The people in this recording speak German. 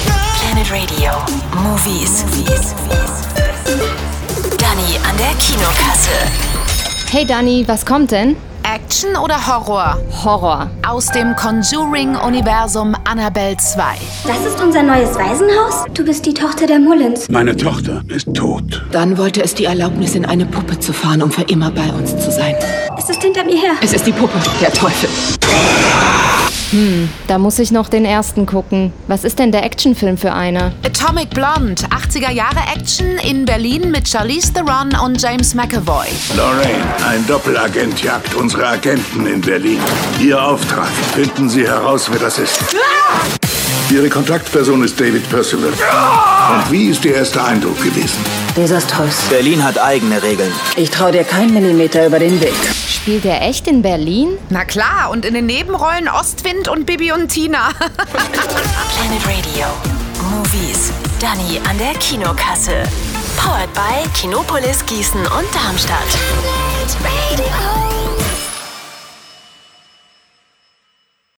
Inside Radio Movies. Dani an der Kinokasse. Hey Dani, was kommt denn? Action oder Horror? Horror. Aus dem Conjuring-Universum Annabelle 2. Das ist unser neues Waisenhaus? Du bist die Tochter der Mullins. Meine Tochter ist tot. Dann wollte es die Erlaubnis, in eine Puppe zu fahren, um für immer bei uns zu sein. Es ist hinter mir her. Es ist die Puppe, der Teufel. Da muss ich noch den ersten gucken. Was ist denn der Actionfilm für einer? Atomic Blonde, 80er Jahre Action in Berlin mit Charlize Theron und James McAvoy. Lorraine, ein Doppelagent jagt unsere Agenten in Berlin. Ihr Auftrag, finden Sie heraus, wer das ist. Ihre Kontaktperson ist David Percival. Und wie ist Ihr erster Eindruck gewesen? Desaströs. Berlin hat eigene Regeln. Ich traue dir keinen Millimeter über den Weg. Spielt der echt in Berlin? Na klar, und in den Nebenrollen Ostwind und Bibi und Tina. Planet Radio Movies. Dani an der Kinokasse. Powered by Kinopolis Gießen und Darmstadt. Planet Radio.